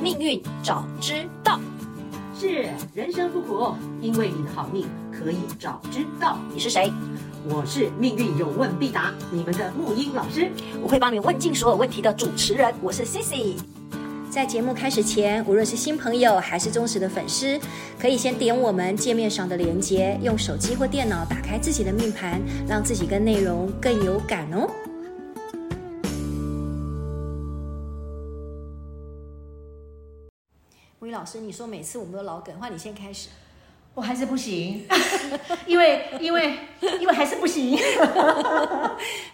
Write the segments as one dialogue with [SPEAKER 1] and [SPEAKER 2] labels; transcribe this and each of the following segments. [SPEAKER 1] 命运早知道。
[SPEAKER 2] 是人生不苦，因为你的好命可以早知道。
[SPEAKER 1] 你是谁？
[SPEAKER 2] 我是命运有问必答，你们的木英老师。
[SPEAKER 1] 我会帮你问尽所有问题的主持人。我是 Cici。
[SPEAKER 3] 在节目开始前，无论是新朋友还是忠实的粉丝，可以先点我们界面上的连接，用手机或电脑打开自己的命盘，让自己跟内容更有感哦。吴宇老师，你说每次我们都老梗，换你先开始。
[SPEAKER 4] 我还是不行， 因为因为因为还是不行。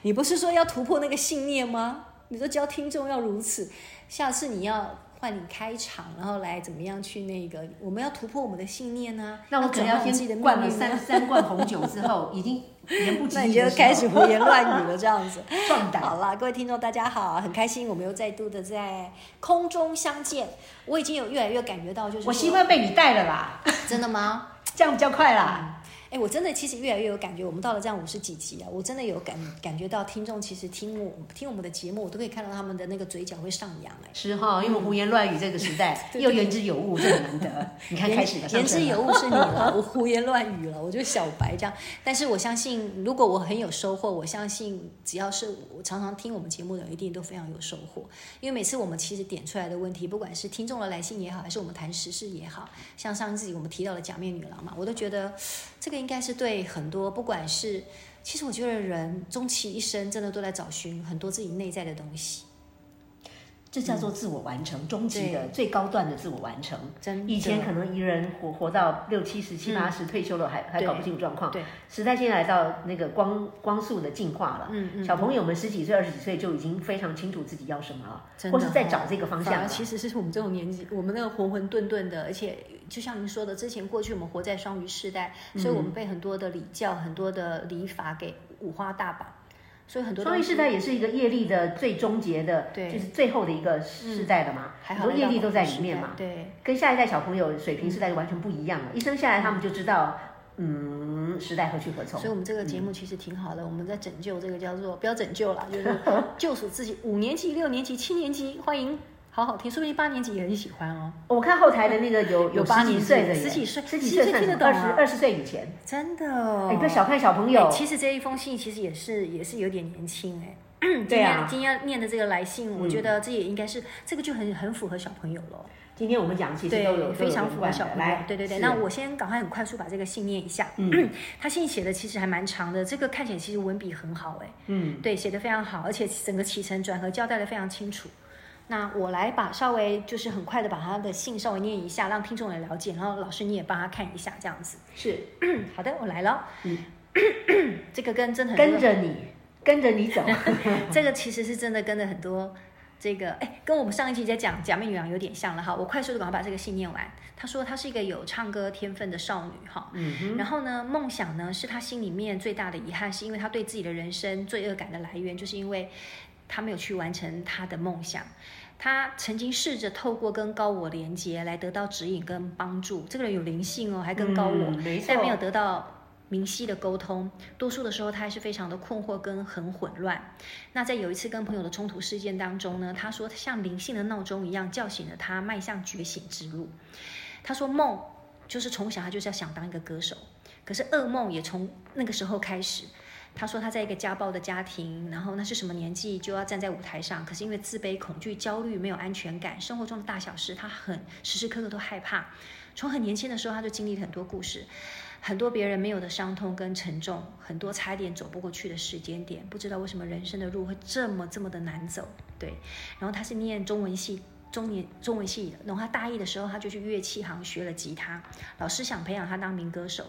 [SPEAKER 3] 你不是说要突破那个信念吗？你说教听众要如此，下次你要换你开场，然后来怎么样去那个？我们要突破我们的信念呢、啊？
[SPEAKER 4] 那我可能
[SPEAKER 3] 转
[SPEAKER 4] 要
[SPEAKER 3] 换自己的
[SPEAKER 4] 先
[SPEAKER 3] 命
[SPEAKER 4] 灌了
[SPEAKER 3] 运
[SPEAKER 4] 三
[SPEAKER 3] 啊
[SPEAKER 4] 三罐红酒之后，已经言不及
[SPEAKER 3] 那你
[SPEAKER 4] 义
[SPEAKER 3] 就
[SPEAKER 4] 的
[SPEAKER 3] 开始
[SPEAKER 4] 时候
[SPEAKER 3] 胡言乱语 了，这样子。
[SPEAKER 4] 壮
[SPEAKER 3] 好
[SPEAKER 4] 胆。
[SPEAKER 3] 啦，各位听众大家好，很开心我们又再度的在空中相见。我已经有越来越感觉到，就是说
[SPEAKER 4] 我习惯被你带了啦，
[SPEAKER 3] 真的吗？
[SPEAKER 4] 这样比较快啦。
[SPEAKER 3] 哎，我真的其实越来越有感觉，我们到了这样五十几集啊，我真的有感感觉到听众其实听我听我们的节目，我都可以看到他们的那个嘴角会上扬哎。
[SPEAKER 4] 是哈，因为胡言乱语这个时代，
[SPEAKER 3] 对对
[SPEAKER 4] 又言之有物，这很难得。你看开始了，
[SPEAKER 3] 言言
[SPEAKER 4] 上
[SPEAKER 3] 之
[SPEAKER 4] 升了
[SPEAKER 3] 有物是你 了，我胡言乱语了，我就小白这样。但是我相信，如果我很有收获，我相信只要是我常常听我们节目的人，一定都非常有收获。因为每次我们其实点出来的问题，不管是听众的来信也好，还是我们谈时事也好，像上一次我们提到的假面女郎嘛，我都觉得这个应该是对很多不管是，其实我觉得人终其一生真的都在找寻很多自己内在的东西，
[SPEAKER 4] 这叫做自我完成，终极的
[SPEAKER 3] 对
[SPEAKER 4] 最高段的自我完成。
[SPEAKER 3] 真的
[SPEAKER 4] 以前可能一人活活到六七十、七八十，退休了还还
[SPEAKER 3] 对
[SPEAKER 4] 搞不清楚状况。
[SPEAKER 3] 嗯对，
[SPEAKER 4] 时代现在来到那个光光速的进化了，
[SPEAKER 3] 嗯嗯
[SPEAKER 4] 小朋友们十几岁、二十几岁就已经非常清楚自己要什么了，
[SPEAKER 3] 真
[SPEAKER 4] 或
[SPEAKER 3] 的哦
[SPEAKER 4] 是在找这个方
[SPEAKER 3] 反而
[SPEAKER 4] 向了。
[SPEAKER 3] 其实是我们这种年纪，我们那个浑浑沌沌的，而且就像您说的，之前过去我们活在双鱼世代，所以我
[SPEAKER 4] 嗯
[SPEAKER 3] 们被很多的礼教、很多的礼法给五花大绑，所以很多
[SPEAKER 4] 双鱼世代也是一个业力的最终结的，
[SPEAKER 3] 对嗯
[SPEAKER 4] 就是最后的一个世代了嘛，
[SPEAKER 3] 还
[SPEAKER 4] 很
[SPEAKER 3] 好
[SPEAKER 4] 多
[SPEAKER 3] 那
[SPEAKER 4] 业力
[SPEAKER 3] 到
[SPEAKER 4] 都在
[SPEAKER 3] 黄
[SPEAKER 4] 里
[SPEAKER 3] 金
[SPEAKER 4] 面
[SPEAKER 3] 时代
[SPEAKER 4] 嘛。
[SPEAKER 3] 对，
[SPEAKER 4] 跟下一代小朋友水平世代完全不一样了，一生下来他们就知道，嗯，时代何去何从
[SPEAKER 3] 所以。我们这个节
[SPEAKER 4] 嗯
[SPEAKER 3] 目其实挺好的，我们在拯救这个叫做不要拯救啦，就是 救赎自己。五年级、六年级、七年级，欢迎好好听，说不定八年级也很喜欢哦。
[SPEAKER 4] 我看后台的那个有
[SPEAKER 3] 有八
[SPEAKER 4] 十几
[SPEAKER 3] 年级
[SPEAKER 4] 岁的耶，
[SPEAKER 3] 十几岁
[SPEAKER 4] 十几
[SPEAKER 3] 十几岁
[SPEAKER 4] 岁算
[SPEAKER 3] 听得
[SPEAKER 4] 什么
[SPEAKER 3] 懂
[SPEAKER 4] 二
[SPEAKER 3] 啊
[SPEAKER 4] 十二十岁以前，
[SPEAKER 3] 真的哦，
[SPEAKER 4] 哎，不要小看小朋友
[SPEAKER 3] 哎，其实这一封信其实也是也是有点年轻 哎、
[SPEAKER 4] 对啊
[SPEAKER 3] 今天
[SPEAKER 4] 嗯
[SPEAKER 3] 今天念的这个来信，我觉得这也应该是、这个就很很符合小朋友了，
[SPEAKER 4] 今天我们讲其实都有
[SPEAKER 3] 非常符合小朋友
[SPEAKER 4] 来，，
[SPEAKER 3] 对对对。
[SPEAKER 4] 是
[SPEAKER 3] 那我先赶快很快速把这个信念一下，
[SPEAKER 4] 嗯
[SPEAKER 3] 他信写的其实还蛮长的，这个看起来其实文笔很好哎、
[SPEAKER 4] 嗯，
[SPEAKER 3] 对，写的非常好，而且整个起承转合交代的非常清楚。那我来把稍微就是很快的把他的信稍微念一下，让听众来了解，然后老师你也帮他看一下这样子。
[SPEAKER 4] 是
[SPEAKER 3] 好的，我来了。
[SPEAKER 4] 嗯
[SPEAKER 3] 这个跟真的很多
[SPEAKER 4] 跟着你，跟着 你走，
[SPEAKER 3] 这个其实是真的跟着很多这个，哎，跟我们上一集在讲假面女郎有点像了哈。我快速的赶快把这个信念完。她说她是一个有唱歌天分的少女哈。
[SPEAKER 4] 嗯哼，
[SPEAKER 3] 然后呢，梦想呢是她心里面最大的遗憾，是因为她对自己的人生罪恶感的来源，就是因为她没有去完成她的梦想。她曾经试着透过跟高我连接来得到指引跟帮助，这个人有灵性哦，还跟高我，
[SPEAKER 4] 嗯没错
[SPEAKER 3] 但没有得到明晰的沟通，多数的时候他还是非常的困惑跟很混乱。那在有一次跟朋友的冲突事件当中呢，他说像灵性的闹钟一样叫醒了他，迈向觉醒之路。他说梦就是从小他就是要想当一个歌手，可是噩梦也从那个时候开始。他说他在一个家暴的家庭，然后那是什么年纪就要站在舞台上，可是因为自卑、恐惧、焦虑、没有安全感，生活中的大小事他很时时刻刻都害怕。从很年轻的时候他就经历了很多故事，很多别人没有的伤痛跟沉重，很多差一点走不过去的时间点，不知道为什么人生的路会这么这么的难走。对，然后他是念中文系。中年中文系的，然后他大一的时候，他就去乐器行学了吉他。老师想培养他当民歌手，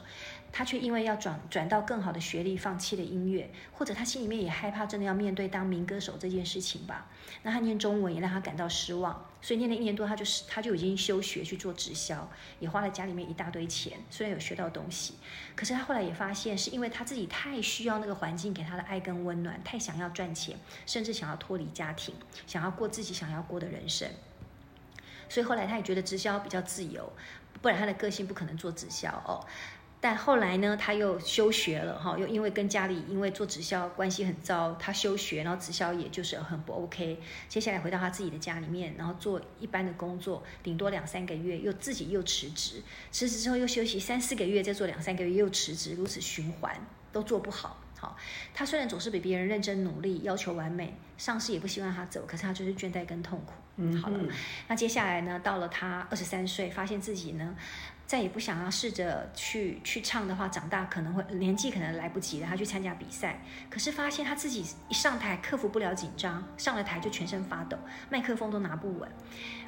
[SPEAKER 3] 他却因为要转转到更好的学历，放弃了音乐，或者他心里面也害怕，真的要面对当民歌手这件事情吧。那他念中文也让他感到失望，所以念了一年多，他就是他就已经休学去做直销，也花了家里面一大堆钱。虽然有学到东西，可是他后来也发现，是因为他自己太需要那个环境给他的爱跟温暖，太想要赚钱，甚至想要脱离家庭，想要过自己想要过的人生。所以后来他也觉得直销比较自由，不然他的个性不可能做直销哦。但后来呢，他又休学了哈，又因为跟家里因为做直销关系很糟，他休学，然后直销也就是很不 OK。接下来回到他自己的家里面，然后做一般的工作，顶多两三个月，又自己又辞职，辞职之后又休息三四个月，再做两三个月又辞职，如此循环都做不好。好，他虽然总是比别人认真努力，要求完美，上司也不希望他走，可是他就是倦怠跟痛苦。
[SPEAKER 4] 嗯，
[SPEAKER 3] 好了，那接下来呢，到了他二十三岁，发现自己呢，再也不想要试着去去唱的话，长大可能会年纪可能来不及了，他去参加比赛，可是发现他自己一上台克服不了紧张，上了台就全身发抖，麦克风都拿不稳，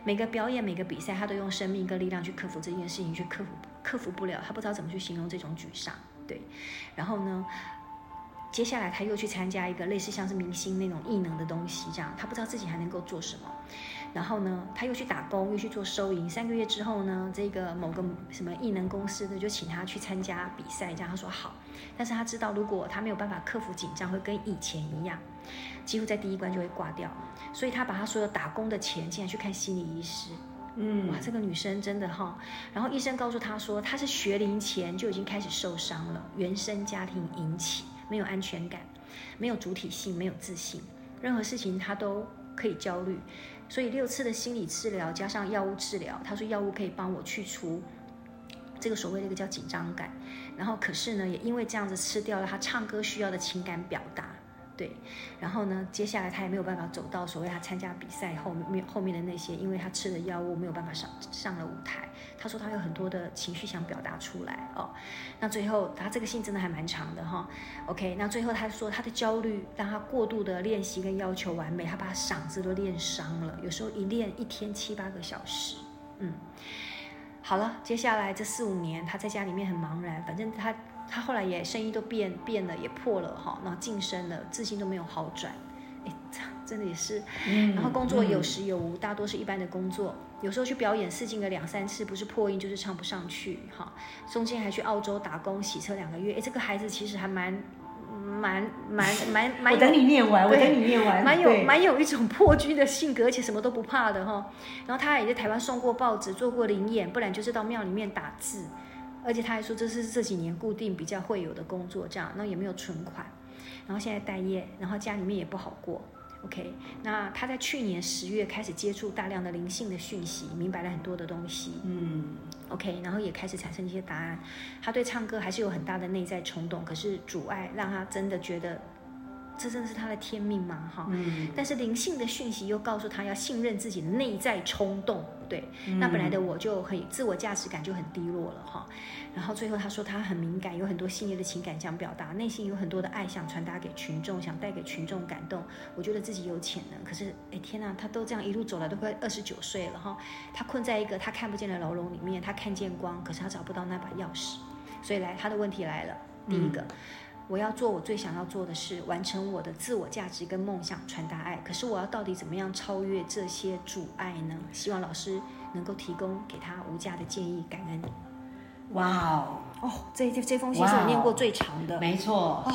[SPEAKER 3] 每个表演每个比赛，他都用生命跟力量去克服这件事情，却克服克服不了，他不知道怎么去形容这种沮丧。对，然后呢，接下来他又去参加一个类似像是明星那种异能的东西，这样他不知道自己还能够做什么。然后呢，他又去打工，又去做收银。三个月之后呢，这个某个什么异能公司的就请他去参加比赛，这样他说好。但是他知道，如果他没有办法克服紧张，会跟以前一样，几乎在第一关就会挂掉。所以他把他所有打工的钱，竟然去看心理医师。
[SPEAKER 4] 嗯
[SPEAKER 3] 哇，这个女生真的哈、然后医生告诉她说，她是学龄前就已经开始受伤了，原生家庭引起，没有安全感，没有主体性，没有自信，任何事情她都可以焦虑。所以六次的心理治疗加上药物治疗，她说药物可以帮我去除这个所谓的一个叫紧张感。然后可是呢，也因为这样子吃掉了她唱歌需要的情感表达。对，然后呢，接下来他也没有办法走到所谓他参加比赛后面后面的那些，因为他吃了药物没有办法上上了舞台。他说他有很多的情绪想表达出来哦。那最后他这个信真的还蛮长的哈、OK，那最后他说他的焦虑让他过度的练习跟要求完美，他把嗓子都练伤了，有时候一练一天七八个小时。嗯，好了，接下来这四五年他在家里面很茫然，反正他他后来也生意都变变了，也破了哈，然后晋升了，至今都没有好转。哎， 这真的也是，嗯
[SPEAKER 4] 嗯
[SPEAKER 3] 然后工作有时有无，大多是一般的工作，有时候去表演试镜个两三次，不是破音就是唱不上去哈。中间还去澳洲打工洗车两个月，哎，这个孩子其实还蛮蛮蛮蛮蛮有
[SPEAKER 4] 我等你念完，我
[SPEAKER 3] 对
[SPEAKER 4] 等你念完，
[SPEAKER 3] 蛮
[SPEAKER 4] 对
[SPEAKER 3] 有蛮有一种破军的性格，而且什么都不怕的哈。然后他也在台湾送过报纸，做过灵演，不然就是到庙里面打字。而且他还说这是这几年固定比较会有的工作，这样，那也没有存款，然后现在待业，然后家里面也不好过。OK，那他在去年十月开始接触大量的灵性的讯息，明白了很多的东西。
[SPEAKER 4] 嗯
[SPEAKER 3] OK，然后也开始产生一些答案。他对唱歌还是有很大的内在冲动，可是阻碍让他真的觉得这真的是他的天命吗？哈、
[SPEAKER 4] 嗯，
[SPEAKER 3] 但是灵性的讯息又告诉他要信任自己的内在冲动，对，
[SPEAKER 4] 嗯
[SPEAKER 3] 那本来的我就很自我价值感就很低落了哈。然后最后他说他很敏感，有很多细腻的情感想表达，内心有很多的爱想传达给群众，想带给群众感动。我觉得自己有潜能，可是哎天呐，他都这样一路走来都快二十九岁了哈，他困在一个他看不见的牢笼里面，他看见光，可是他找不到那把钥匙。所以来他的问题来了，第一个。我要做我最想要做的事，完成我的自我价值跟梦想，传达爱。可是我要到底怎么样超越这些阻碍呢？希望老师能够提供给他无价的建议，感恩。
[SPEAKER 4] 哇哦，
[SPEAKER 3] 哦，这这这封信是我念过最长的。
[SPEAKER 4] 没错，
[SPEAKER 3] 哦，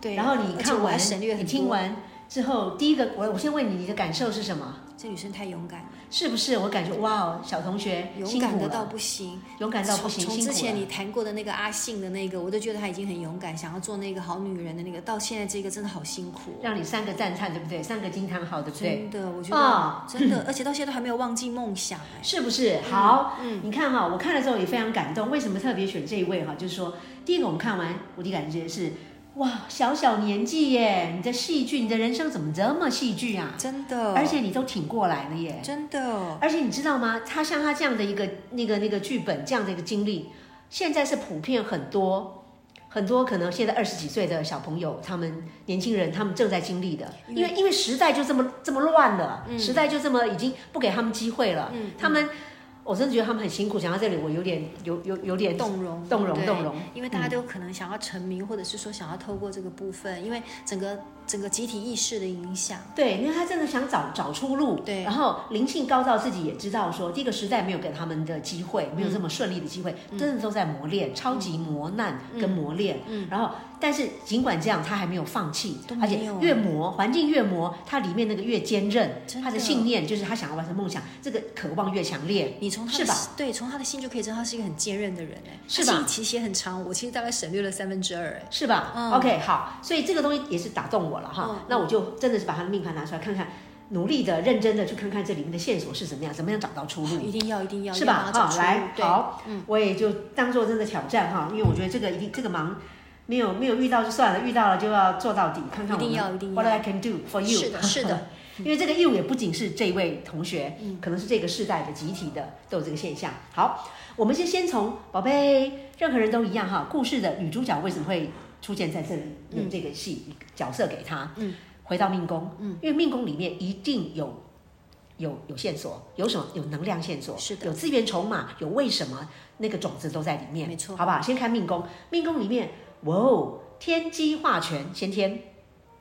[SPEAKER 3] 对。
[SPEAKER 4] 然后你
[SPEAKER 3] 而且
[SPEAKER 4] 看
[SPEAKER 3] 我还
[SPEAKER 4] 完，
[SPEAKER 3] 省略很
[SPEAKER 4] 你
[SPEAKER 3] 多
[SPEAKER 4] 听，完之后，第一个我我先问你，你的感受是什么？
[SPEAKER 3] 这女生太勇敢了，
[SPEAKER 4] 是不是？我感觉哇哦，小同学
[SPEAKER 3] 勇
[SPEAKER 4] 辛
[SPEAKER 3] 敢
[SPEAKER 4] 苦
[SPEAKER 3] 的到
[SPEAKER 4] 了，
[SPEAKER 3] 不行。
[SPEAKER 4] 勇敢到不行，
[SPEAKER 3] 从从
[SPEAKER 4] 辛
[SPEAKER 3] 之前
[SPEAKER 4] 苦
[SPEAKER 3] 你
[SPEAKER 4] 了。
[SPEAKER 3] 谈过的那个阿信的那个，我都觉得她已经很勇敢，想要做那个好女人的那个，到现在这个真的好辛苦哦、
[SPEAKER 4] 让你三个赞叹，对不对？三个惊叹号，对不对？
[SPEAKER 3] 真的，我觉得、
[SPEAKER 4] 啊
[SPEAKER 3] 真的，而且到现在都还没有忘记梦想哎、
[SPEAKER 4] 是不是？好，
[SPEAKER 3] 嗯
[SPEAKER 4] 你看哈、我看了之后也非常感动。为什么特别选这一位哈、就是说，第一个我们看完，我的感觉是，哇，小小年纪耶，你的戏剧，你的人生怎么这么戏剧啊？
[SPEAKER 3] 真的，
[SPEAKER 4] 而且你都挺过来了耶。
[SPEAKER 3] 真的，
[SPEAKER 4] 而且你知道吗？他像他这样的一个那个那个剧本，这样的一个经历，现在是普遍很多很多可能现在二十几岁的小朋友，他们年轻人他们正在经历的，因为嗯因为时代就这么这么乱了，时代就这么已经不给他们机会了，他们。我真的觉得他们很辛苦，讲到这里，我有点有有有点
[SPEAKER 3] 动容，
[SPEAKER 4] 动容
[SPEAKER 3] 对
[SPEAKER 4] 动容，
[SPEAKER 3] 因为大家都可能想要成名，或者是说想要透过这个部分，因为整个整个集体意识的影响。
[SPEAKER 4] 对，因为他真的想找找出路，
[SPEAKER 3] 对
[SPEAKER 4] 然后灵性高照自己也知道说，这个时代没有给他们的机会，没有这么顺利的机会，
[SPEAKER 3] 嗯
[SPEAKER 4] 真的都在磨练，超级磨难跟磨练。嗯，然后但是尽管这样，他还没有放弃
[SPEAKER 3] 都，没
[SPEAKER 4] 而且
[SPEAKER 3] 有
[SPEAKER 4] 越磨环境越磨，他里面那个越坚韧
[SPEAKER 3] 真，的
[SPEAKER 4] 他的信念就是他想要完成梦想，这个渴望越强烈。
[SPEAKER 3] 你从他的
[SPEAKER 4] 是吧
[SPEAKER 3] 信？对，从他的信就可以知道他是一个很坚韧的人，哎，
[SPEAKER 4] 是
[SPEAKER 3] 他
[SPEAKER 4] 吧
[SPEAKER 3] 信其实写很长，我其实大概省略了三分之二，哎，
[SPEAKER 4] 是吧、
[SPEAKER 3] 嗯
[SPEAKER 4] o k 好，所以这个东西也是打动我了哈。
[SPEAKER 3] 嗯
[SPEAKER 4] 那我就真的是把他的命盘拿出来看看，努力的、认真的去看看这里面的线索是怎么样，怎么样找到出路。
[SPEAKER 3] 一定要一定要，
[SPEAKER 4] 是
[SPEAKER 3] 一定
[SPEAKER 4] 吧？
[SPEAKER 3] 要
[SPEAKER 4] 哈、
[SPEAKER 3] 找出路
[SPEAKER 4] 来，
[SPEAKER 3] 对，嗯
[SPEAKER 4] 好，我也就当做真的挑战哈，因为我觉得这个一定这个忙没有没有遇到就算了，遇到了就要做到底，看看我
[SPEAKER 3] 一定要
[SPEAKER 4] 能
[SPEAKER 3] 一定要
[SPEAKER 4] What I can do for you。
[SPEAKER 3] 是的，是的，
[SPEAKER 4] 因为这个 you 也不仅是这位同学，可能是这个世代的集体的都有这个现象。好，我们先先从宝贝，任何人都一样哈，故事的女主角为什么会出现在这里？
[SPEAKER 3] 嗯
[SPEAKER 4] 有这个戏、角色给她，嗯，回到命宫，嗯，因为命宫里面一定有。有有线索，有什么有能量线索，
[SPEAKER 3] 是的
[SPEAKER 4] 有资源筹码，有为什么那个种子都在里面，
[SPEAKER 3] 没错
[SPEAKER 4] 好不好？先看命宫，命宫里面，哇哦，天机化权，先天，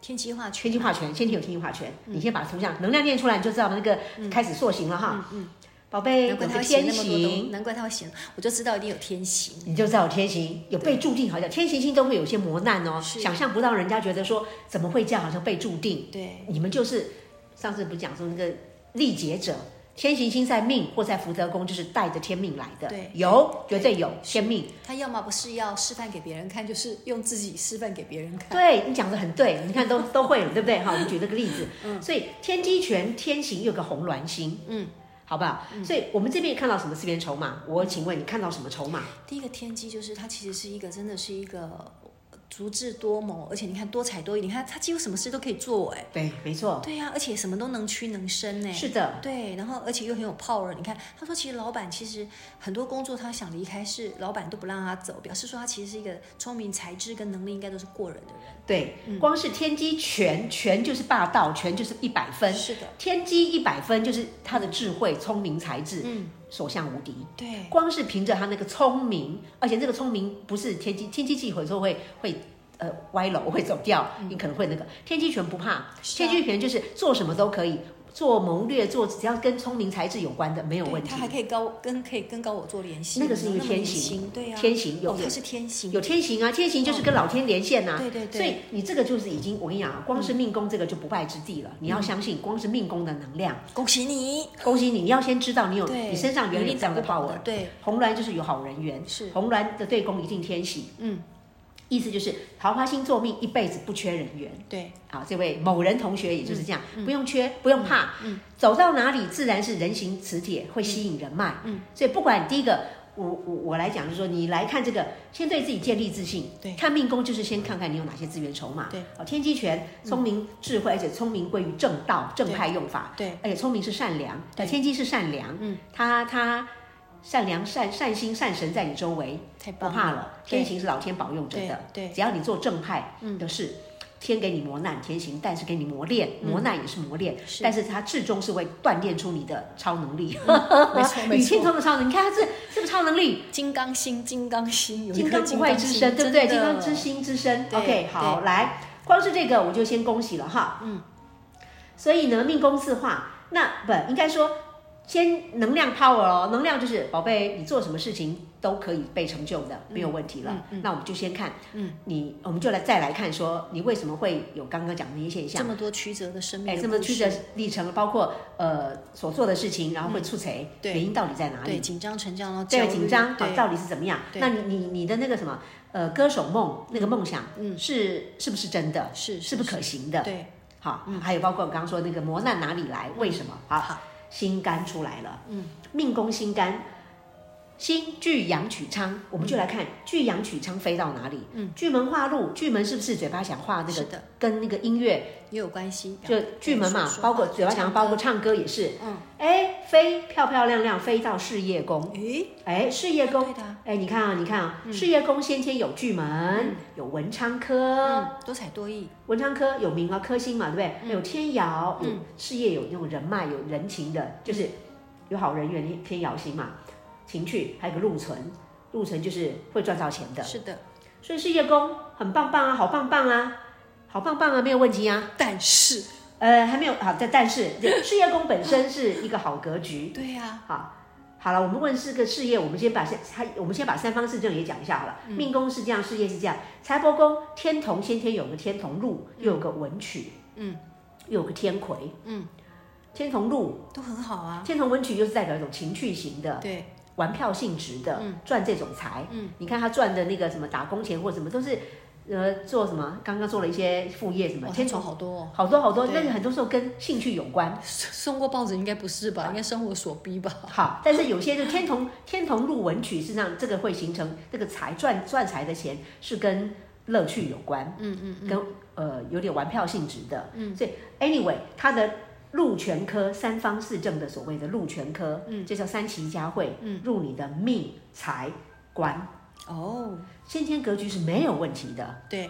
[SPEAKER 3] 天机化
[SPEAKER 4] 天
[SPEAKER 3] 圈
[SPEAKER 4] 机，化权，先天有天机化权，
[SPEAKER 3] 嗯
[SPEAKER 4] 你先把图像能量念出来，你就知道那个开始塑形了哈。
[SPEAKER 3] 嗯
[SPEAKER 4] 宝贝有
[SPEAKER 3] 啊难怪
[SPEAKER 4] 个
[SPEAKER 3] 他会写
[SPEAKER 4] 天
[SPEAKER 3] 那么多
[SPEAKER 4] 行
[SPEAKER 3] 东，，难怪他会写，我就知道一定有天行，
[SPEAKER 4] 你就知道有天行有被注定，好像天行星都会有些磨难哦，
[SPEAKER 3] 是
[SPEAKER 4] 想象不到人家觉得说怎么会这样，好像被注定。
[SPEAKER 3] 对，
[SPEAKER 4] 你们就是上次不是讲说那个历劫者，天行星在命或在福德宫，就是带着天命来的，
[SPEAKER 3] 对
[SPEAKER 4] 有绝对有天命。
[SPEAKER 3] 他要么不是要示范给别人看，就是用自己示范给别人看，
[SPEAKER 4] 对你讲的很对，你看都 都会了，对不对？好，我们举这个例子，所以天机权天行有个红鸾星，
[SPEAKER 3] 嗯，
[SPEAKER 4] 好不好？所以我们这边看到什么四边筹码？我请问你看到什么筹码？
[SPEAKER 3] 第一个天机就是它其实是一个真的是一个足智多谋，而且你看多才多艺，你看他几乎什么事都可以做哎。
[SPEAKER 4] 对，没错，
[SPEAKER 3] 对呀、而且什么都能屈能伸呢。
[SPEAKER 4] 是的，
[SPEAKER 3] 对，然后而且又很有 power。你看，他说其实老板其实很多工作他想离开是老板都不让他走，表示说他其实是一个聪明才智跟能力应该都是过人的人。
[SPEAKER 4] 对，
[SPEAKER 3] 嗯
[SPEAKER 4] 光是天机权，权就是霸道，权就是一百分，
[SPEAKER 3] 是的，
[SPEAKER 4] 天机一百分就是他的智慧、聪明才智，
[SPEAKER 3] 嗯，
[SPEAKER 4] 所向无敌。
[SPEAKER 3] 对，
[SPEAKER 4] 光是凭着他那个聪明，而且这个聪明不是天机，天机忌讳说会会呃歪楼会走掉，
[SPEAKER 3] 嗯
[SPEAKER 4] 你可能会那
[SPEAKER 3] 啊
[SPEAKER 4] 个天机权不怕，
[SPEAKER 3] 是啊
[SPEAKER 4] 天机权就是做什么都可以，做谋略做只要跟聪明才智有关的没有
[SPEAKER 3] 对
[SPEAKER 4] 问题
[SPEAKER 3] 他。还可以高跟可以跟高我做联系，
[SPEAKER 4] 那个是因为
[SPEAKER 3] 么
[SPEAKER 4] 天
[SPEAKER 3] 明
[SPEAKER 4] 行
[SPEAKER 3] 星对呀、
[SPEAKER 4] 天行有
[SPEAKER 3] 哦，他是天行，
[SPEAKER 4] 有天行啊，天行就是跟老天连线呐、啊
[SPEAKER 3] 哦对对对
[SPEAKER 4] 所以你这个就是已经我跟你讲啊，光是命宫这个就不败之地了。你
[SPEAKER 3] 嗯
[SPEAKER 4] 要相信，光是命宫的能量，
[SPEAKER 3] 恭喜你，
[SPEAKER 4] 恭喜你，你要先知道你有
[SPEAKER 3] 对，
[SPEAKER 4] 你身上原
[SPEAKER 3] 你
[SPEAKER 4] 来
[SPEAKER 3] 一
[SPEAKER 4] 有
[SPEAKER 3] 定
[SPEAKER 4] 这样的
[SPEAKER 3] 打不
[SPEAKER 4] power
[SPEAKER 3] 跑。对，
[SPEAKER 4] 红鸾就是有好人缘，
[SPEAKER 3] 是
[SPEAKER 4] 红鸾的对宫一定天喜，
[SPEAKER 3] 嗯，
[SPEAKER 4] 意思就是桃花星座命一辈子不缺人缘
[SPEAKER 3] 对，
[SPEAKER 4] 啊。这位某人同学也就是这样，
[SPEAKER 3] 嗯
[SPEAKER 4] 不用缺，不用怕，走到哪里自然是人形磁铁，会吸引人脉，嗯，所以不管第一个。我我我来讲，就是说你来看这个，先对自己建立自信。
[SPEAKER 3] 对
[SPEAKER 4] 看命宫就是先看看你有哪些资源筹码。
[SPEAKER 3] 对，
[SPEAKER 4] 哦，天机权、聪明、智慧，而且聪明归于正道、正派用法。
[SPEAKER 3] 对，
[SPEAKER 4] 而且聪明是善良，
[SPEAKER 3] 对
[SPEAKER 4] 天机是善良，嗯，他他善良善善心善神在你周围，
[SPEAKER 3] 太
[SPEAKER 4] 不
[SPEAKER 3] 棒了，
[SPEAKER 4] 怕了，
[SPEAKER 3] 对
[SPEAKER 4] 天行是老天保佑着的，
[SPEAKER 3] 对嗯对
[SPEAKER 4] 只要你做正派的事。天给你磨难，天行，但是给你磨练，磨难也是磨练，
[SPEAKER 3] 嗯是嗯
[SPEAKER 4] 但是它至终是会锻炼出你的超能力。
[SPEAKER 3] 没 错没
[SPEAKER 4] 李庆
[SPEAKER 3] 错，
[SPEAKER 4] 聪的超能力，你看他这这个超能力，
[SPEAKER 3] 金刚星，金刚星，有一
[SPEAKER 4] 金
[SPEAKER 3] 颗
[SPEAKER 4] 刚不坏之
[SPEAKER 3] 星
[SPEAKER 4] 身，对不对？
[SPEAKER 3] 真
[SPEAKER 4] 金
[SPEAKER 3] 的
[SPEAKER 4] 刚之心之身。
[SPEAKER 3] 对
[SPEAKER 4] OK，好，来，光是这个我就先恭喜了哈。嗯，所以呢，命宫四化，那不应该说先能量 power 哦，能量就是宝贝，你做什么事情都可以被成就的，没有问题了。
[SPEAKER 3] 嗯
[SPEAKER 4] 那我们就先看，嗯，你我们就来再来看说，你为什么会有刚刚讲的那些现象
[SPEAKER 3] 这？么多曲折的生命
[SPEAKER 4] 哎，
[SPEAKER 3] 的
[SPEAKER 4] 这么
[SPEAKER 3] 故
[SPEAKER 4] 曲
[SPEAKER 3] 事
[SPEAKER 4] 折历程，包括呃所做的事情，然后会促成、
[SPEAKER 3] 嗯对
[SPEAKER 4] 原因到底在哪里
[SPEAKER 3] 对？紧张成这样，然后焦
[SPEAKER 4] 对，
[SPEAKER 3] 虑
[SPEAKER 4] 紧张，好，
[SPEAKER 3] 对
[SPEAKER 4] 到底是怎么样？
[SPEAKER 3] 对
[SPEAKER 4] 那你你你的那个什么，呃，歌手梦那个梦想，嗯，是是不是真的？
[SPEAKER 3] 是
[SPEAKER 4] 是不可行的？
[SPEAKER 3] 对，
[SPEAKER 4] 好，还有包括我刚刚说那个磨难哪里来，为什么？好
[SPEAKER 3] 好，
[SPEAKER 4] 心肝出来了，嗯，命宫心肝。心巨阳曲
[SPEAKER 3] 嗯
[SPEAKER 4] 昌，我们就来看巨阳曲昌飞到哪里。嗯，巨门化禄，巨门是不是嘴巴想画啊那
[SPEAKER 3] 是
[SPEAKER 4] 个
[SPEAKER 3] 的
[SPEAKER 4] 跟那个音乐，
[SPEAKER 3] 也有关系，
[SPEAKER 4] 就
[SPEAKER 3] 表
[SPEAKER 4] 巨门嘛
[SPEAKER 3] 说，
[SPEAKER 4] 包括嘴巴想要包括
[SPEAKER 3] 唱
[SPEAKER 4] 唱歌也是。
[SPEAKER 3] 嗯，
[SPEAKER 4] 哎，飞漂漂亮亮飞到事业宫，
[SPEAKER 3] 歌诶，
[SPEAKER 4] 哎，事业宫
[SPEAKER 3] 对的啊，
[SPEAKER 4] 哎，你看啊，你看啊，事业宫先天有巨门，有文昌科，
[SPEAKER 3] 嗯，多才多艺，
[SPEAKER 4] 文昌科有名啊，科星嘛，对不对？有天姚，有事业有那种人脉，有人情的，就是有好人缘，天姚星嘛，情趣，还有个禄存，禄存就是会赚到钱的，
[SPEAKER 3] 是的，
[SPEAKER 4] 所以事业宫很棒棒啊，好棒棒啊。好棒棒啊，没有问题啊。
[SPEAKER 5] 但是，
[SPEAKER 4] 呃，还没有好，但但是事业宫本身是一个好格局。
[SPEAKER 5] 对
[SPEAKER 3] 啊
[SPEAKER 5] 呀、
[SPEAKER 4] 好，好了，我们问四个事业，我们先把三，它我们先把三方四正也讲一下好了。
[SPEAKER 5] 嗯
[SPEAKER 4] 命宫是这样，事业是这样，财帛宫天同先天有个天同禄，又有个文曲，
[SPEAKER 5] 嗯，
[SPEAKER 4] 又有个天魁，
[SPEAKER 5] 嗯，
[SPEAKER 4] 天同禄，
[SPEAKER 5] 都很好啊。
[SPEAKER 4] 天同文曲又是代表一种情趣型的，
[SPEAKER 5] 对，
[SPEAKER 4] 玩票性质的，赚这种财。
[SPEAKER 5] 嗯
[SPEAKER 4] 你看他赚的那个什么打工钱或什么，都是呃做什么？刚刚做了一些副业什么，
[SPEAKER 5] 哇
[SPEAKER 4] 天
[SPEAKER 5] 他
[SPEAKER 4] 从
[SPEAKER 5] 做好多、哦。
[SPEAKER 4] 好多好多，
[SPEAKER 5] 对
[SPEAKER 4] 那个很多时候跟兴趣有关。
[SPEAKER 5] 送过报纸应该不是
[SPEAKER 4] 啊
[SPEAKER 5] 吧？应该生活所逼吧？
[SPEAKER 4] 好，但是有些就天同天同入文曲，是让这个会形成这个财赚赚财的钱是跟乐趣有关，嗯嗯，跟呃有点玩票性质的，嗯，所以 anyway 它的禄全科三方四正的所谓的禄全科，嗯，这叫三奇佳慧，嗯，入你的命财官，
[SPEAKER 5] 哦，
[SPEAKER 4] 先天格局是没有问题的，
[SPEAKER 5] 对，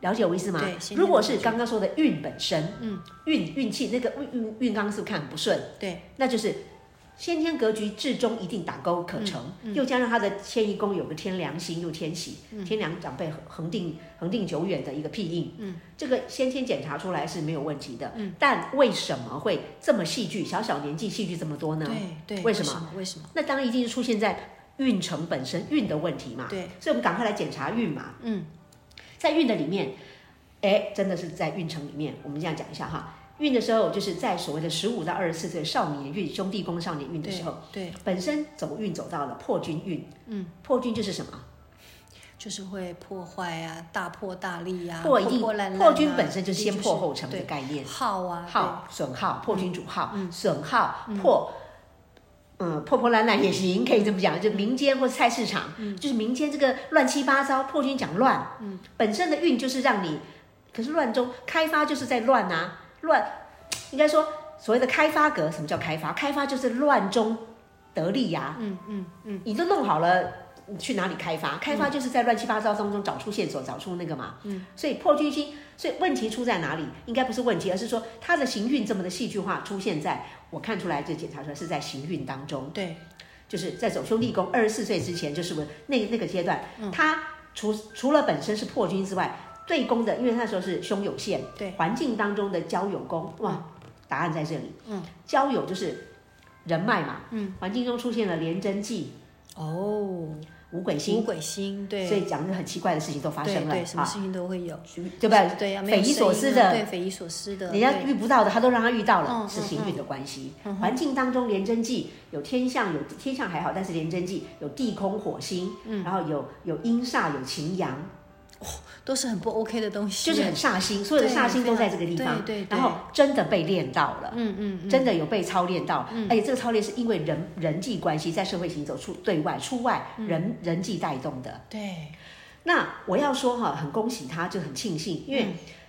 [SPEAKER 4] 了解我意思吗
[SPEAKER 5] 对先？天
[SPEAKER 4] 如果
[SPEAKER 5] 格
[SPEAKER 4] 是
[SPEAKER 5] 局
[SPEAKER 4] 刚刚说的运本身，
[SPEAKER 5] 嗯，
[SPEAKER 4] 运运气那个运运运刚是不是看不顺？
[SPEAKER 5] 对，
[SPEAKER 4] 那就是先天格局至终一定打勾可成，又加上他的迁移宫有个天良星又天喜，天良长辈恒定恒定久远的一个庇应，嗯，这个先天检查出来是没有问题的，嗯，但为什么会这么戏剧？小小年纪戏剧这么多呢？
[SPEAKER 5] 对对，为
[SPEAKER 4] 为什么
[SPEAKER 5] 么？为什么？
[SPEAKER 4] 那当然一定是出现在运程本身运的问题嘛，
[SPEAKER 5] 对，
[SPEAKER 4] 所以我们赶快来检查运嘛，
[SPEAKER 5] 嗯，
[SPEAKER 4] 在运的里面，哎，真的是在运程里面，我们这样讲一下哈。运的时候，就是在所谓的十五到二十四岁少年运、兄弟宫少年运的时候，
[SPEAKER 5] 对，
[SPEAKER 4] 本身走运走到了破军运，嗯，破军就是什么？
[SPEAKER 5] 就是会破坏啊，大破大立啊，
[SPEAKER 4] 破
[SPEAKER 5] 破
[SPEAKER 4] 一定
[SPEAKER 5] 破烂烂啊
[SPEAKER 4] 破军本身就是
[SPEAKER 5] 一定
[SPEAKER 4] 先破后成的概
[SPEAKER 5] 对，嗯
[SPEAKER 4] 念
[SPEAKER 5] 耗啊，
[SPEAKER 4] 耗损耗破军主耗，损耗破，嗯，破破烂烂也行，可以这么讲，就民间或菜市场，
[SPEAKER 5] 嗯
[SPEAKER 4] 就是民间这个乱七八糟，破军讲乱，嗯，本身的运就是让你，可是乱中开发就是在乱啊，乱，应该说所谓的开发格，什么叫开发？开发就是乱中得利呀、
[SPEAKER 5] 嗯嗯嗯，
[SPEAKER 4] 你都弄好了，你去哪里开发？开发就是在乱七八糟当中找出线索，找出那个嘛。嗯，所以破军星，所以问题出在哪里？应该不是问题，而是说它的行运这么的戏剧化，出现在我看出来就检查出来是在行运当中，
[SPEAKER 5] 对，
[SPEAKER 4] 就是在走兄弟宫二十四岁之前，就是我那那个阶段，
[SPEAKER 5] 嗯
[SPEAKER 4] 它除除了本身是破军之外，对宫的，因为那时候是凶有限，
[SPEAKER 5] 对
[SPEAKER 4] 环境当中的交友宫，哇，答案在这里。嗯，交友就是人脉嘛，嗯，环境中出现了廉贞忌。
[SPEAKER 5] 哦，
[SPEAKER 4] 五鬼
[SPEAKER 5] 五
[SPEAKER 4] 星，
[SPEAKER 5] 鬼星，对，
[SPEAKER 4] 所以讲的很奇怪的事情都发
[SPEAKER 5] 对
[SPEAKER 4] 生了
[SPEAKER 5] 嗯
[SPEAKER 4] 啊
[SPEAKER 5] 对，什么事情都会有，
[SPEAKER 4] 对吧？
[SPEAKER 5] 对呀，没有
[SPEAKER 4] 匪夷所
[SPEAKER 5] 声
[SPEAKER 4] 思
[SPEAKER 5] 音啊对，
[SPEAKER 4] 的，
[SPEAKER 5] 匪夷所思的，
[SPEAKER 4] 人家
[SPEAKER 5] 对
[SPEAKER 4] 遇不到的，他都让他遇到了，
[SPEAKER 5] 嗯
[SPEAKER 4] 是
[SPEAKER 5] 嗯
[SPEAKER 4] 行运的关系。环境当中廉贞忌有天象，有天象还好，但是廉贞忌有地空火星，
[SPEAKER 5] 嗯
[SPEAKER 4] 然后有有阴煞，有擎羊，
[SPEAKER 5] 都是很不 OK 的东西，
[SPEAKER 4] 就是很煞星，所有的
[SPEAKER 5] 对
[SPEAKER 4] 煞星
[SPEAKER 5] 非
[SPEAKER 4] 都在这
[SPEAKER 5] 常
[SPEAKER 4] 个地方。
[SPEAKER 5] 对对对
[SPEAKER 4] 然后真的被练到了，
[SPEAKER 5] 嗯嗯嗯，
[SPEAKER 4] 真的有被操练到，而且这个操练是因为人人际关系在社会行走出对外出外
[SPEAKER 5] 嗯
[SPEAKER 4] 人人际带动的。
[SPEAKER 5] 对，
[SPEAKER 4] 那我要说哈，很恭喜他，就很庆幸，
[SPEAKER 5] 嗯
[SPEAKER 4] 因为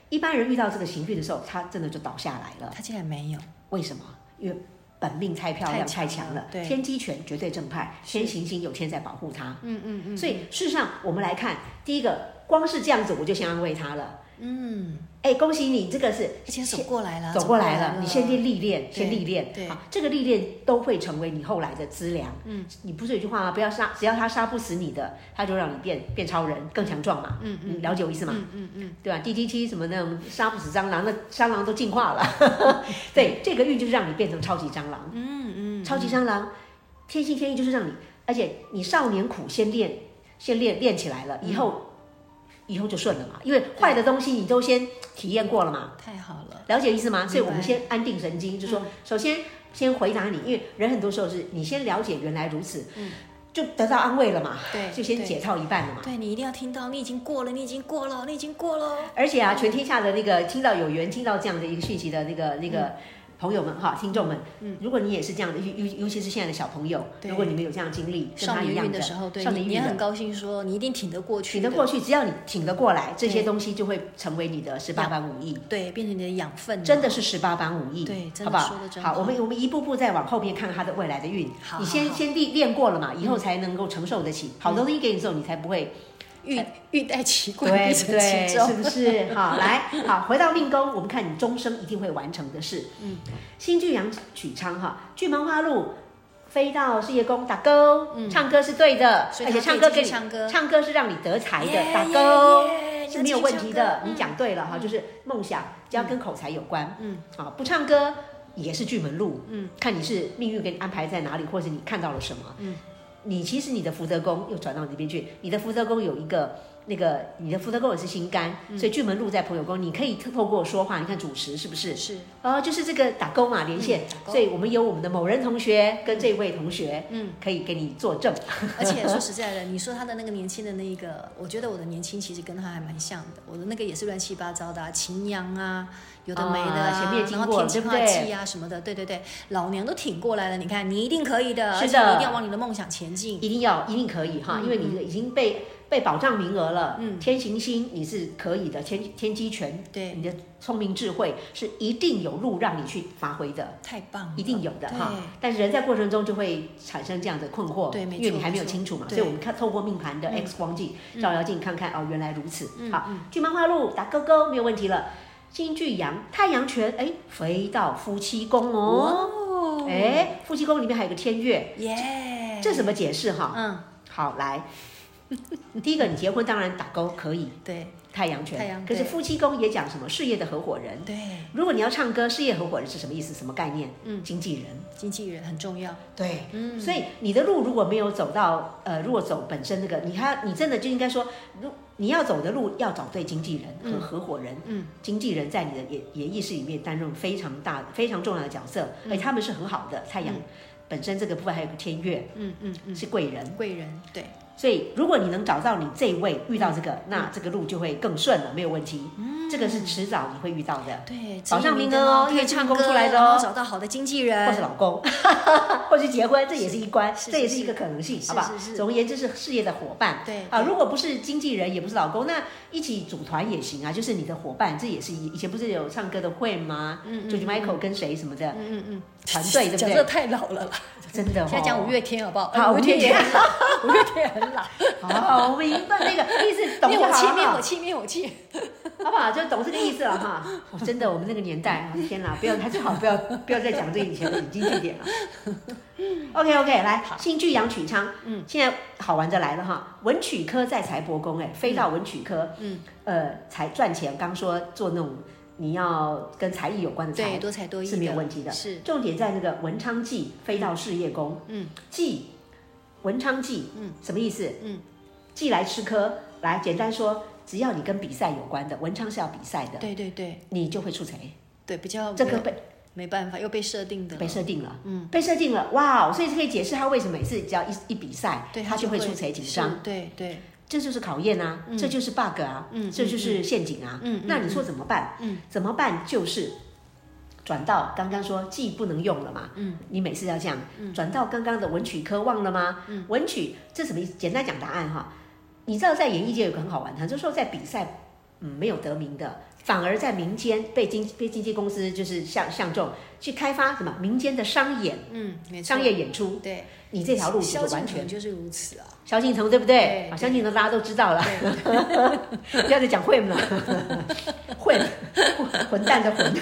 [SPEAKER 4] 一般人遇到这个刑运的时候，他真的就倒下来了。
[SPEAKER 5] 他竟然没有，
[SPEAKER 4] 为什么？因为本命太漂亮、太
[SPEAKER 5] 太强了
[SPEAKER 4] 强了，
[SPEAKER 5] 对
[SPEAKER 4] 天机权绝对正派，天行星有天在保护他。
[SPEAKER 5] 嗯嗯嗯，
[SPEAKER 4] 所以事实上，我们来看，第一个，光是这样子我就先安慰他了。
[SPEAKER 5] 嗯，
[SPEAKER 4] 哎，恭喜你，这个是
[SPEAKER 5] 而且走过来了，
[SPEAKER 4] 走过来了，你先去历练，
[SPEAKER 5] 对
[SPEAKER 4] 先历练，
[SPEAKER 5] 对
[SPEAKER 4] 好，这个历练都会成为你后来的资粮。嗯，你不是有句话吗？不要杀，只要他杀不死你的，他就让你变变超人，更强壮嘛。嗯嗯，了解我意思吗？嗯嗯嗯，对吧？DDT 什么那种杀不死蟑螂，那蟑螂都进化 了。对，这个运就是让你变成超级蟑螂。嗯嗯，超级蟑螂，天性天意就是让你，而且你少年苦先练，先练练起来了，以后。以后就顺了嘛，因为坏的东西你都先体验过了嘛，
[SPEAKER 5] 太好了，
[SPEAKER 4] 了解意思吗？所以我们
[SPEAKER 5] 明白嗯
[SPEAKER 4] 先安定神经，就说首先先回答你，因为人很多时候是你先了解原来如此，就得到安慰了嘛，
[SPEAKER 5] 嗯对
[SPEAKER 4] 就先解套一半了嘛。
[SPEAKER 5] 对你一定要听到，你已经过了，你已经过了，你已经过了，
[SPEAKER 4] 而且啊，全天下的那个听到有缘听到这样的一个讯息的那个那个。
[SPEAKER 5] 嗯
[SPEAKER 4] 朋友们哈，听众们，如果你也是这样的，尤尤尤其是现在的小朋友，
[SPEAKER 5] 对
[SPEAKER 4] 如果你们有这样的经历，跟
[SPEAKER 5] 少
[SPEAKER 4] 他一
[SPEAKER 5] 年
[SPEAKER 4] 样
[SPEAKER 5] 运的时候，对
[SPEAKER 4] 少
[SPEAKER 5] 你
[SPEAKER 4] 年
[SPEAKER 5] 你也
[SPEAKER 4] 运
[SPEAKER 5] 很
[SPEAKER 4] 的，
[SPEAKER 5] 高兴说你一定挺得过去
[SPEAKER 4] 挺
[SPEAKER 5] 的，
[SPEAKER 4] 得过去，只要你挺得过来，这些
[SPEAKER 5] 对
[SPEAKER 4] 东西就会成为你的十八般武艺。
[SPEAKER 5] 对，变成你的养
[SPEAKER 3] 啊
[SPEAKER 5] 分，
[SPEAKER 4] 真的是十八般武艺，
[SPEAKER 5] 对真的
[SPEAKER 4] 好不好
[SPEAKER 5] 说得？真
[SPEAKER 4] 好，
[SPEAKER 5] 好
[SPEAKER 4] 我们我们一步步再往后面看他的未来的运。
[SPEAKER 5] 好好
[SPEAKER 4] 你先
[SPEAKER 5] 好
[SPEAKER 4] 先练练过了嘛，以后才能够承受得起。好东西给你之后，你 才不会
[SPEAKER 5] 欲欲戴其冠，
[SPEAKER 4] 哎
[SPEAKER 5] 必
[SPEAKER 4] 对不
[SPEAKER 5] 承
[SPEAKER 4] 对？
[SPEAKER 5] 其重
[SPEAKER 4] 是，不是？ 好，来，好，回到命宫，我们看你终生一定会完成的事。嗯，新巨阳曲昌哈，巨芒花鹿飞到事业宫打勾，唱歌是对的，
[SPEAKER 5] 嗯所以
[SPEAKER 4] 而
[SPEAKER 5] 他可
[SPEAKER 4] 且
[SPEAKER 5] 以
[SPEAKER 4] 唱歌
[SPEAKER 5] 继
[SPEAKER 4] 给
[SPEAKER 5] 续
[SPEAKER 4] 你
[SPEAKER 5] 唱歌
[SPEAKER 4] 唱歌是让你得财的，
[SPEAKER 5] 耶
[SPEAKER 4] 打
[SPEAKER 5] 耶
[SPEAKER 4] 勾。
[SPEAKER 5] 耶
[SPEAKER 6] 哎
[SPEAKER 3] 对，
[SPEAKER 4] 是没有问题的，
[SPEAKER 3] 那
[SPEAKER 4] 你
[SPEAKER 3] 继续唱歌
[SPEAKER 4] 讲对了哈，就是梦想，只要跟口才有关，
[SPEAKER 6] 嗯，
[SPEAKER 4] 啊，不唱歌也是巨门路，
[SPEAKER 6] 嗯，
[SPEAKER 4] 看你是命运给你安排在哪里，或者你看到了什么，
[SPEAKER 6] 嗯，
[SPEAKER 4] 你其实你的福德宫又转到你那边去，你的福德宫有一个那个，你的福德宫也是心肝，
[SPEAKER 6] 嗯
[SPEAKER 4] 所以巨门路在朋友宫，你可以透过说话，你看主持是不是？
[SPEAKER 6] 是
[SPEAKER 4] 哦，就是这个打勾嘛，连线，
[SPEAKER 6] 嗯打勾
[SPEAKER 4] 所以我们有我们的某人同学跟这位同学，
[SPEAKER 6] 嗯，
[SPEAKER 4] 可以给你作证，
[SPEAKER 3] 而且说实在的，你说他的那个年轻的那一个，我觉得我的年轻其实跟他还蛮像的。我的那个也是乱七八糟的、啊，秦阳啊，有的没的、
[SPEAKER 4] 啊前面经
[SPEAKER 3] 然
[SPEAKER 4] 过
[SPEAKER 3] 后
[SPEAKER 4] 了
[SPEAKER 3] 天气
[SPEAKER 4] 对不
[SPEAKER 3] 化
[SPEAKER 4] 对
[SPEAKER 3] 忌啊什么的，对对对，老娘都挺过来了。你看，你一定可以的，
[SPEAKER 4] 是
[SPEAKER 3] 而且你
[SPEAKER 4] 的
[SPEAKER 3] 一定要往你的梦想前进。
[SPEAKER 4] 一定要一定可以
[SPEAKER 3] 嗯
[SPEAKER 4] 哈，因为你已经被被保障名额了，嗯，天行星你是可以的，天天机权，
[SPEAKER 3] 对
[SPEAKER 4] 你的聪明智慧是一定有路让你去发挥的，
[SPEAKER 3] 太棒了，
[SPEAKER 4] 一定有的哈
[SPEAKER 3] 嗯对。
[SPEAKER 4] 但是人在过程中就会产生这样的困惑，
[SPEAKER 3] 对没错
[SPEAKER 4] 因为你还没有清楚嘛，
[SPEAKER 3] 没错嗯
[SPEAKER 4] 所以我们看透过命盘的 X 光镜、照妖镜看看哦，原来如此。好，巨漫花路打勾勾没有问题了。金巨阳太阳拳，哎，飞到夫妻宫哦，
[SPEAKER 3] 哦，哎
[SPEAKER 4] 哎，夫妻宫里面还有个天月，
[SPEAKER 3] 耶，
[SPEAKER 4] 这怎么解释哈？
[SPEAKER 3] 嗯，
[SPEAKER 4] 好，来，第一个你结婚当然打勾可以，
[SPEAKER 3] 对
[SPEAKER 4] 太阳拳，
[SPEAKER 3] 太阳
[SPEAKER 4] 可是
[SPEAKER 3] 对
[SPEAKER 4] 夫妻宫也讲什么事业的合伙人。
[SPEAKER 3] 对，
[SPEAKER 4] 如果你要唱歌，事业合伙人是什么意思？什么概念？嗯，经纪人。
[SPEAKER 3] 经纪人很重要，
[SPEAKER 4] 对，嗯，所以你的路如果没有走到，呃，如果走本身那个，你还你真的就应该说，如你要走的路要找对经纪人和合伙人，嗯，经纪人在你的也也意识里面担任非常大的、非常重要的角色，而且他们是很好的。太阳本身这个部分还有个天月，
[SPEAKER 3] 嗯嗯嗯，
[SPEAKER 4] 是贵人，
[SPEAKER 3] 贵人对，
[SPEAKER 4] 所以如果你能找到你这位遇到
[SPEAKER 3] 嗯
[SPEAKER 4] 这个，那这个路就会更顺了，没有问题。嗯，这个是迟早你会遇到的，
[SPEAKER 3] 对，
[SPEAKER 4] 保障名额哦
[SPEAKER 3] 可
[SPEAKER 4] 因为
[SPEAKER 3] 以
[SPEAKER 4] 唱
[SPEAKER 3] 唱
[SPEAKER 4] 功
[SPEAKER 3] 歌
[SPEAKER 4] 出来的哦
[SPEAKER 3] 然后找到好的经纪
[SPEAKER 4] 或是
[SPEAKER 3] 人，
[SPEAKER 4] 老公， 或是结婚，这也是一关，
[SPEAKER 3] 呃是
[SPEAKER 4] 这也
[SPEAKER 3] 是
[SPEAKER 4] 是一
[SPEAKER 3] 是
[SPEAKER 4] 个可能性，
[SPEAKER 3] 是
[SPEAKER 4] 好不好
[SPEAKER 3] 是？是
[SPEAKER 4] 总而言之是事业的伙伴。
[SPEAKER 3] 对
[SPEAKER 4] 啊，如果不是经纪人，也不是老公，那一起组团也行啊，就是你的伙伴，这也是一以前不是有唱歌的会吗？嗯 g e o r g e Michael 跟谁什么的
[SPEAKER 3] 嗯嗯嗯，
[SPEAKER 4] 团队，对不
[SPEAKER 3] 讲这
[SPEAKER 4] 对？
[SPEAKER 3] 太老了啦，
[SPEAKER 4] 真的哦，
[SPEAKER 3] 现在讲五月天好不好？
[SPEAKER 4] 好
[SPEAKER 3] 哎五
[SPEAKER 4] 五月
[SPEAKER 3] 天也
[SPEAKER 4] 天
[SPEAKER 3] 很老，五月天也很 老，
[SPEAKER 4] 哦，我们明白那个意思，懂
[SPEAKER 3] 灭
[SPEAKER 4] 就好啊
[SPEAKER 3] 火器，
[SPEAKER 4] 了好不
[SPEAKER 3] 灭
[SPEAKER 4] 好
[SPEAKER 3] 火器，灭火器，
[SPEAKER 4] 好不好？就懂这个意思了哈。哦真的，我们那个年代，哦天哪，不要，还是好，不要， 不要再讲这以前的经济点了。OK OK，来，新剧阳曲昌，嗯，现在好玩的来了哈。文曲科在财帛宫，哎，飞到文曲科，嗯，呃，才赚钱。刚说做那种你要跟才艺有关的
[SPEAKER 3] 对，
[SPEAKER 4] 才，
[SPEAKER 3] 多才多艺
[SPEAKER 4] 嗯是没有问题的
[SPEAKER 3] 是
[SPEAKER 4] 重点在那个文昌记飞到事业宫，嗯，记文昌记，嗯，什么意思？嗯，记来吃科，来简单说，只要你跟比赛有关的，文昌是要比赛的，
[SPEAKER 3] 对对对
[SPEAKER 4] 你就会出彩。
[SPEAKER 3] 对，啊比较
[SPEAKER 4] 这个
[SPEAKER 3] 没有
[SPEAKER 4] 被
[SPEAKER 3] 没办法，又被设定的
[SPEAKER 4] 被设定了，嗯，被设定了，哇哦！所以这可以解释他为什么每次只要一一比赛，
[SPEAKER 3] 对
[SPEAKER 4] 他就会出彩紧张，
[SPEAKER 3] 是对对，
[SPEAKER 4] 这就是考验啊，
[SPEAKER 3] 嗯
[SPEAKER 4] 这就是 bug 啊，这就是陷阱啊。那你说怎么办？
[SPEAKER 3] 嗯
[SPEAKER 4] 怎么办？就是转到刚刚说既不能用了嘛，
[SPEAKER 3] 嗯
[SPEAKER 4] 你每次要这样，转到刚刚的文曲科忘了吗？
[SPEAKER 3] 嗯
[SPEAKER 4] 文曲这什么意思？简单讲答案哈，你知道在演艺界有个很好玩的，很多时候在比赛，嗯，没有得名的。反而在民间被经被经纪公司就是相相中去开发什么民间的商演
[SPEAKER 3] 嗯，没错
[SPEAKER 4] 商业演出，
[SPEAKER 3] 对，
[SPEAKER 4] 你这条路就
[SPEAKER 3] 萧
[SPEAKER 4] 是
[SPEAKER 3] 敬
[SPEAKER 4] 完全
[SPEAKER 3] 腾就是如此啊，
[SPEAKER 4] 萧敬腾对不对
[SPEAKER 3] 对？
[SPEAKER 4] 啊，萧敬腾大家都知道了，
[SPEAKER 3] 对
[SPEAKER 4] 不要再 讲混了，混混蛋的混。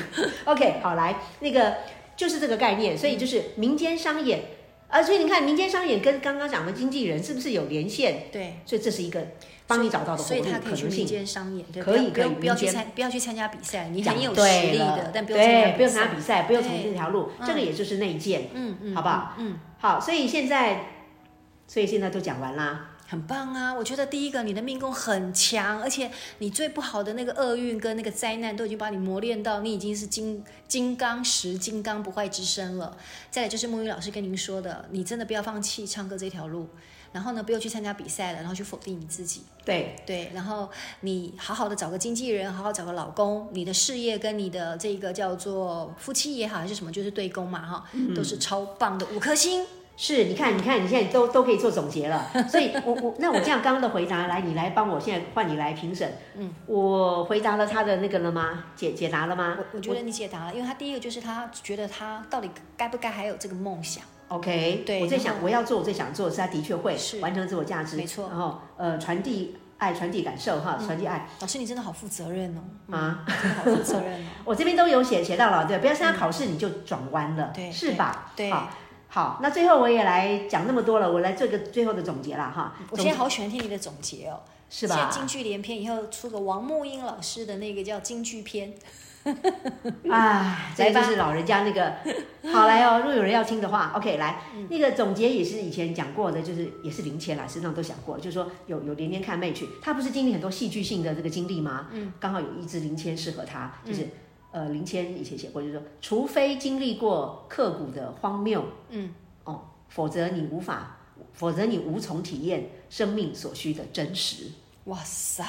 [SPEAKER 4] OK，好来，那个就是这个概念，所以就是民间商演啊，所以你看民间商演跟刚刚讲的经纪人是不是有连线？
[SPEAKER 3] 对，
[SPEAKER 4] 所以这是一个帮你找到的活
[SPEAKER 3] 所以
[SPEAKER 4] 路
[SPEAKER 3] 他可
[SPEAKER 4] 可
[SPEAKER 3] 以去
[SPEAKER 4] 能
[SPEAKER 3] 民
[SPEAKER 4] 性。
[SPEAKER 3] 间商演，对，
[SPEAKER 4] 可以
[SPEAKER 3] 不要
[SPEAKER 4] 可以
[SPEAKER 3] 不要
[SPEAKER 4] 民
[SPEAKER 3] 去
[SPEAKER 4] 间
[SPEAKER 3] 参，不要去参加比赛，你
[SPEAKER 4] 讲
[SPEAKER 3] 很有实
[SPEAKER 4] 对
[SPEAKER 3] 力
[SPEAKER 4] 了
[SPEAKER 3] 的，但不用参加
[SPEAKER 4] 对，
[SPEAKER 3] 比
[SPEAKER 4] 不用参
[SPEAKER 3] 赛
[SPEAKER 4] 加比赛，不用走
[SPEAKER 3] 对
[SPEAKER 4] 这条路，
[SPEAKER 3] 嗯
[SPEAKER 4] 这个也就是内建，
[SPEAKER 3] 嗯嗯，
[SPEAKER 4] 好不好？
[SPEAKER 3] 嗯？嗯，
[SPEAKER 4] 好，所以现在，所以现在都讲完啦。
[SPEAKER 3] 很棒啊！我觉得第一个，你的命宫很强，而且你最不好的那个厄运跟那个灾难都已经把你磨练到，你已经是金金刚石、金刚不坏之身了。再来就是木鱼老师跟您说的，你真的不要放弃唱歌这条路，然后呢，不要去参加比赛了，然后去否定你自己。
[SPEAKER 4] 对，
[SPEAKER 3] 对，然后你好好的找个经纪人，好好找个老公，你的事业跟你的这个叫做夫妻也好还是什么，就是对公嘛哈，
[SPEAKER 4] 嗯
[SPEAKER 3] 都是超棒的五颗星。
[SPEAKER 4] 是，你看，你看，你现在都都可以做总结了。所以我，我那我这样刚刚的回答，来，你来帮我，现在换你来评审。嗯，我回答了他的那个了吗？解解答了吗
[SPEAKER 3] 我我觉得你解答了，因为他第一个就是他觉得他到底该不该还有这个梦想，
[SPEAKER 4] ？OK，
[SPEAKER 3] 对
[SPEAKER 4] 我最
[SPEAKER 3] 然
[SPEAKER 4] 想
[SPEAKER 3] 后
[SPEAKER 4] 我要做，我最想做的是他的确会
[SPEAKER 3] 是
[SPEAKER 4] 完成自我价值，
[SPEAKER 3] 没错嗯
[SPEAKER 4] 然后呃，传递爱，传递感受哈，传递爱、
[SPEAKER 3] 老师你真的好负责 任哦，
[SPEAKER 4] 啊。
[SPEAKER 3] 真的好负责任哦，
[SPEAKER 4] 我这边都有写写到了，对，不要参加考试你就转弯了，
[SPEAKER 3] 对
[SPEAKER 4] 是吧？
[SPEAKER 3] 对
[SPEAKER 4] 好，好，那最后我也来讲那么多了，我来做个最后的总结了哈。
[SPEAKER 3] 我
[SPEAKER 4] 总
[SPEAKER 3] 现在好喜欢听你的总结哦，
[SPEAKER 4] 是吧？
[SPEAKER 3] 现在京剧连篇以后出个王木英老师的那个叫京剧篇，
[SPEAKER 4] 哎，这就是老人家那个。好来哦，如果有人要听的话，OK，来，那个总结也是以前讲过的，就是也是林谦啦，实际上都讲过，就是说有有连连看妹去，他不是经历很多戏剧性的这个经历吗？嗯，刚好有一支林谦适合他，就是、呃，林谦以前写过，就是说，除非经历过刻骨的荒谬，
[SPEAKER 3] 嗯，
[SPEAKER 4] 哦，否则你无法，否则你无从体验生命所需的真实。
[SPEAKER 3] 哇塞，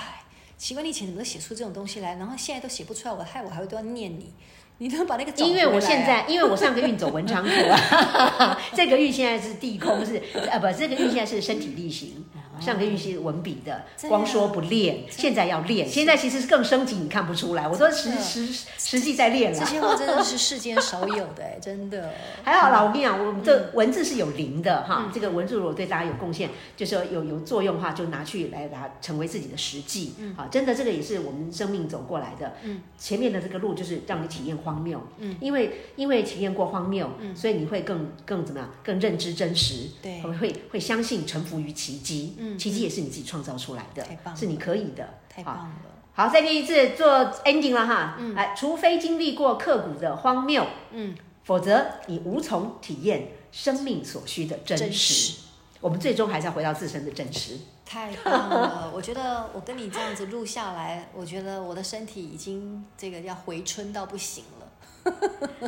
[SPEAKER 3] 奇怪，你以前怎么都写出这种东西来，然后现在都写不出来，我害我还会都要念你，你能把那个找
[SPEAKER 4] 因为
[SPEAKER 3] 回
[SPEAKER 4] 我
[SPEAKER 3] 来
[SPEAKER 4] 现
[SPEAKER 3] 啊
[SPEAKER 4] 在，因为我上个运走文昌图 啊，这个运现在是地空是呃不，这个运现在是身体力行，上个运是文笔的，
[SPEAKER 3] 哦真的啊
[SPEAKER 4] 光说不练，现在要练，现在其实是更升级，你看不出来，我都实实实际在练
[SPEAKER 3] 这
[SPEAKER 4] 了。
[SPEAKER 3] 些话真的是世间少有的、哎，真的。
[SPEAKER 4] 还好啦，我跟你讲，我们
[SPEAKER 3] 嗯
[SPEAKER 4] 这文字是有灵的哈，这个文字如果对大家有贡献，就是说有有作用的话，就拿去来拿成为自己的实际。
[SPEAKER 3] 嗯
[SPEAKER 4] 好，真的这个也是我们生命走过来的。嗯，前面的这个路就是让你体验荒谬。嗯，因为因为体验过荒谬，所以你会更更怎么样？更认知真实。
[SPEAKER 3] 嗯对
[SPEAKER 4] 会会会相信臣服于奇迹。
[SPEAKER 3] 嗯
[SPEAKER 4] 奇迹也是你自己创造出来的，
[SPEAKER 3] 太棒了
[SPEAKER 4] 是你可以的。
[SPEAKER 3] 太
[SPEAKER 4] 好
[SPEAKER 3] 棒了，
[SPEAKER 4] 好，再念一次做 ending 了哈。嗯，来，除非经历过刻骨的荒谬，
[SPEAKER 3] 嗯，
[SPEAKER 4] 否则你无从体验生命所需的真实。
[SPEAKER 3] 真实
[SPEAKER 4] 我们最终还是要回到自身的真 实。
[SPEAKER 3] 太棒了！我觉得我跟你这样子录下来，我觉得我的身体已经这个要回春到不行了。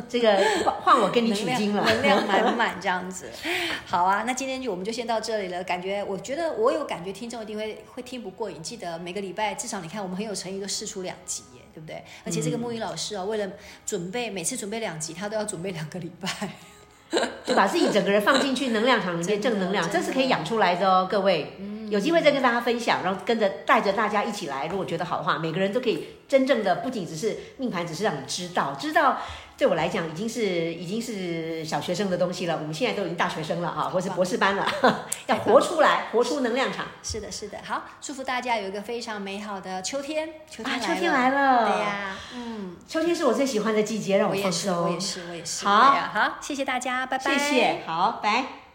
[SPEAKER 4] 这个换换我跟你
[SPEAKER 3] 能
[SPEAKER 4] 取
[SPEAKER 3] 量
[SPEAKER 4] 经了，
[SPEAKER 3] 能量 满满这样子。好啊，那今天就我们就先到这里了。感觉我觉得我有感觉，听众一定会会听不过瘾。记得每个礼拜至少你看我们很有诚意，都试出两集耶，对不对？而且这个
[SPEAKER 4] 嗯
[SPEAKER 3] 木鱼老师哦，为了准备每次准备两集，他都要准备两个礼拜。
[SPEAKER 4] 就把自己整个人放进去能量场里
[SPEAKER 3] 真
[SPEAKER 4] 面，
[SPEAKER 3] 的
[SPEAKER 4] 正能量，
[SPEAKER 3] 真的
[SPEAKER 4] 这是可以养出来的哦，各位。有机会再跟大家分享，然后跟着带着大家一起来。如果觉得好的话，每个人都可以真正的，不仅只是命盘，只是让你知道，知道对我来讲已经是已经是小学生的东西了。我们现在都已经大学生了啊，或是博士班了， 要活出来，活出能量场
[SPEAKER 3] 是的，是的。好，祝福大家有一个非常美好的秋天，秋天
[SPEAKER 4] 啊！
[SPEAKER 3] 来了，
[SPEAKER 4] 秋天来了，
[SPEAKER 3] 对呀、，嗯，
[SPEAKER 4] 秋天是我最喜欢的季节，让
[SPEAKER 3] 我
[SPEAKER 4] 放
[SPEAKER 3] 也是，我也
[SPEAKER 4] 松。
[SPEAKER 3] 是，我也是。
[SPEAKER 4] 好
[SPEAKER 3] 对呀好，谢谢大家，拜拜，
[SPEAKER 4] 谢谢，好，拜。